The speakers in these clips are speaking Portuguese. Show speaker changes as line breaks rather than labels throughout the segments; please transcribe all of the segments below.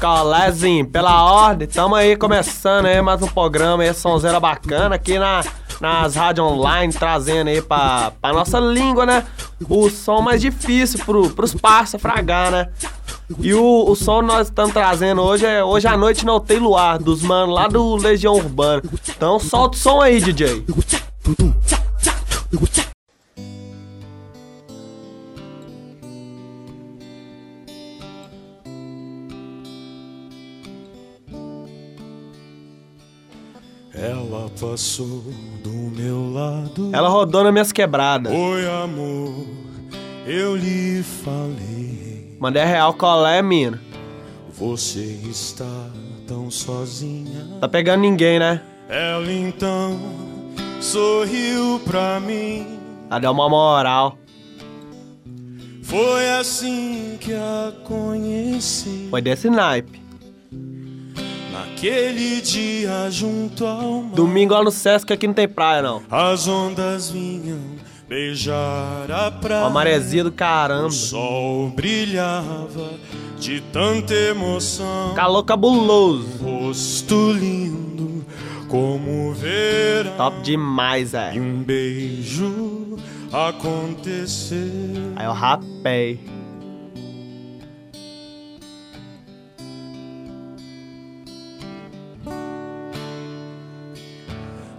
Colézinho, pela ordem, tamo aí começando aí mais um programa aí, sonzeira bacana aqui na, nas rádios online, trazendo aí pra, pra nossa língua, né? O som mais difícil pro, pros parça fragar, né? E o, o som que nós estamos trazendo hoje é Hoje à Noite Não Tem Luar, dos manos lá do Legião Urbana. Então solta o som aí, DJ.
Ela passou do meu lado.
Ela rodou nas minhas quebradas.
Oi, amor, eu lhe falei.
Mandei é real colé, mina.
Você está tão sozinha.
Tá pegando ninguém, né?
Ela então sorriu pra mim.
Ela deu uma moral.
Foi assim que a conheci.
Foi desse naipe.
Naquele dia junto ao mar.
Domingo lá no Sesc aqui não tem praia, não.
As ondas vinham beijar a praia.
Uma maresia do
O
caramba.
sol brilhava de tanta emoção.
Calor cabuloso.
Rosto lindo como um verão.
Top demais, é.
E um beijo aconteceu.
Aí eu rapei.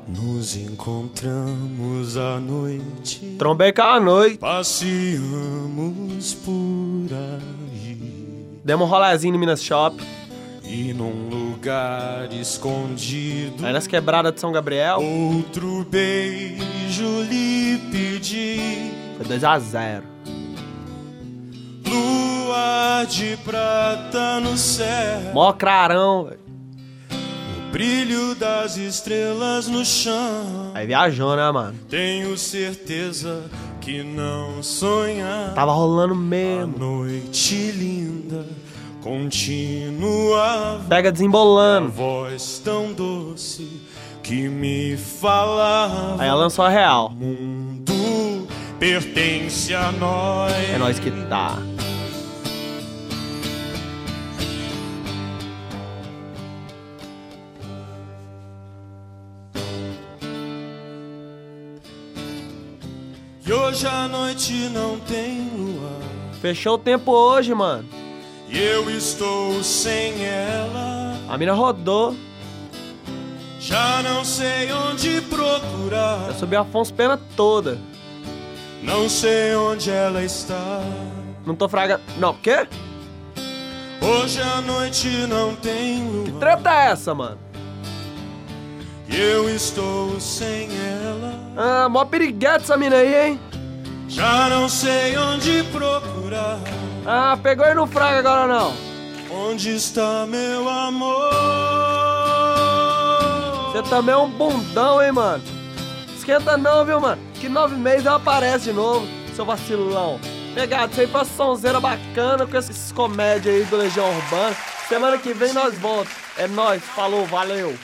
Nos encontramos à noite.
Trombei com a noite.
Passeamos por aí.
Demos um rolezinho no Minas Shop.
E num lugar escondido.
Aí nas quebradas de São Gabriel.
Outro beijo lhe pedi.
Foi 2x0.
Lua de prata no céu,
Mó crarão, velho.
o brilho das estrelas no chão.
Aí viajou, né, mano?
Tenho certeza que não sonhar.
Tava rolando
A
mesmo.
noite linda continuava.
Pega
A
desembolando.
voz tão doce que me falava.
Aí ela lançou a real.
O mundo pertence a nós.
É nós que tá.
E hoje a noite não tem luar.
Fechou o tempo hoje, mano.
E eu estou sem ela,
A mina rodou.
já não sei onde
Eu
procurar,
subi a Afonso Pena toda.
não sei onde ela está.
Não tô fraga. Não, quê?
Hoje à noite não tem
Que
lua,
treta é essa, mano?
e eu estou sem ela,
Ah, mó piriguete essa mina aí, hein?
já não sei onde procurar,
Ah, pegou e não fraga agora não.
onde está meu amor?
Você também é um bundão, hein, mano? Esquenta não, viu, mano? Que nove meses ela aparece de novo, seu vacilão. Pegado, isso aí foi uma sonzeira bacana com esses comédias aí do Legião Urbana. Semana que vem nós voltamos. É nóis, falou, valeu.